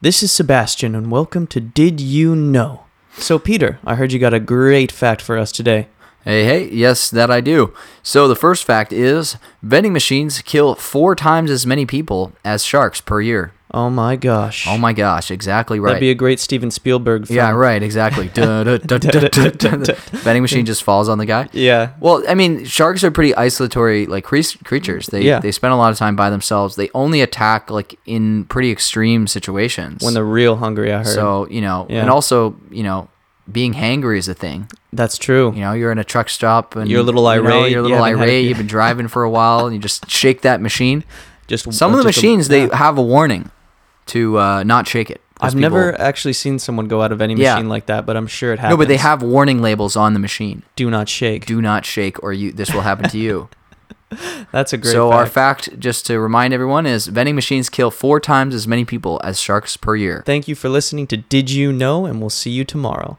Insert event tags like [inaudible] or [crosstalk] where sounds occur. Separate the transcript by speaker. Speaker 1: This is Sebastian, and welcome to Did You Know? So, Peter, I heard you got a great fact for us today.
Speaker 2: Hey, hey, yes, that I do. So the first fact is vending machines kill four times as many people as sharks per year.
Speaker 1: Oh my gosh.
Speaker 2: Oh my gosh, exactly right.
Speaker 1: That'd be a great Steven Spielberg film.
Speaker 2: yeah,
Speaker 1: [laughs]
Speaker 2: right, exactly. Duh, duh, duh, duh, duh, duh, duh. The Vending machine just falls on the guy.
Speaker 1: Yeah.
Speaker 2: Well, I mean, sharks are pretty isolatory like cre- creatures. They
Speaker 1: Yeah.
Speaker 2: they spend a lot of time by themselves. They only attack like in pretty extreme situations.
Speaker 1: When they're real hungry, I heard.
Speaker 2: so you know,
Speaker 1: Yeah.
Speaker 2: and also you know, being hangry is a thing.
Speaker 1: That's true.
Speaker 2: You know, you're in a truck stop and
Speaker 1: You're a little
Speaker 2: you know,
Speaker 1: irate,
Speaker 2: you're
Speaker 1: you
Speaker 2: a little
Speaker 1: haven't had-
Speaker 2: irate. You've been driving for a while, and you
Speaker 1: [laughs]
Speaker 2: just shake that machine.
Speaker 1: Just
Speaker 2: Some of the
Speaker 1: just a-
Speaker 2: machines they
Speaker 1: yeah.
Speaker 2: have a warning to uh, not shake it. 'cause
Speaker 1: I've
Speaker 2: people-
Speaker 1: never actually seen someone go out of any
Speaker 2: Yeah.
Speaker 1: machine like that, but I'm sure it happens.
Speaker 2: No, but they have warning labels on the machine.
Speaker 1: Do not shake.
Speaker 2: Do not shake, or you this will happen to you.
Speaker 1: That's a [laughs] great
Speaker 2: so our
Speaker 1: fact.
Speaker 2: fact, just to remind everyone, is vending machines kill four times as many people as sharks per year.
Speaker 1: Thank you for listening to Did You Know, and we'll see you tomorrow.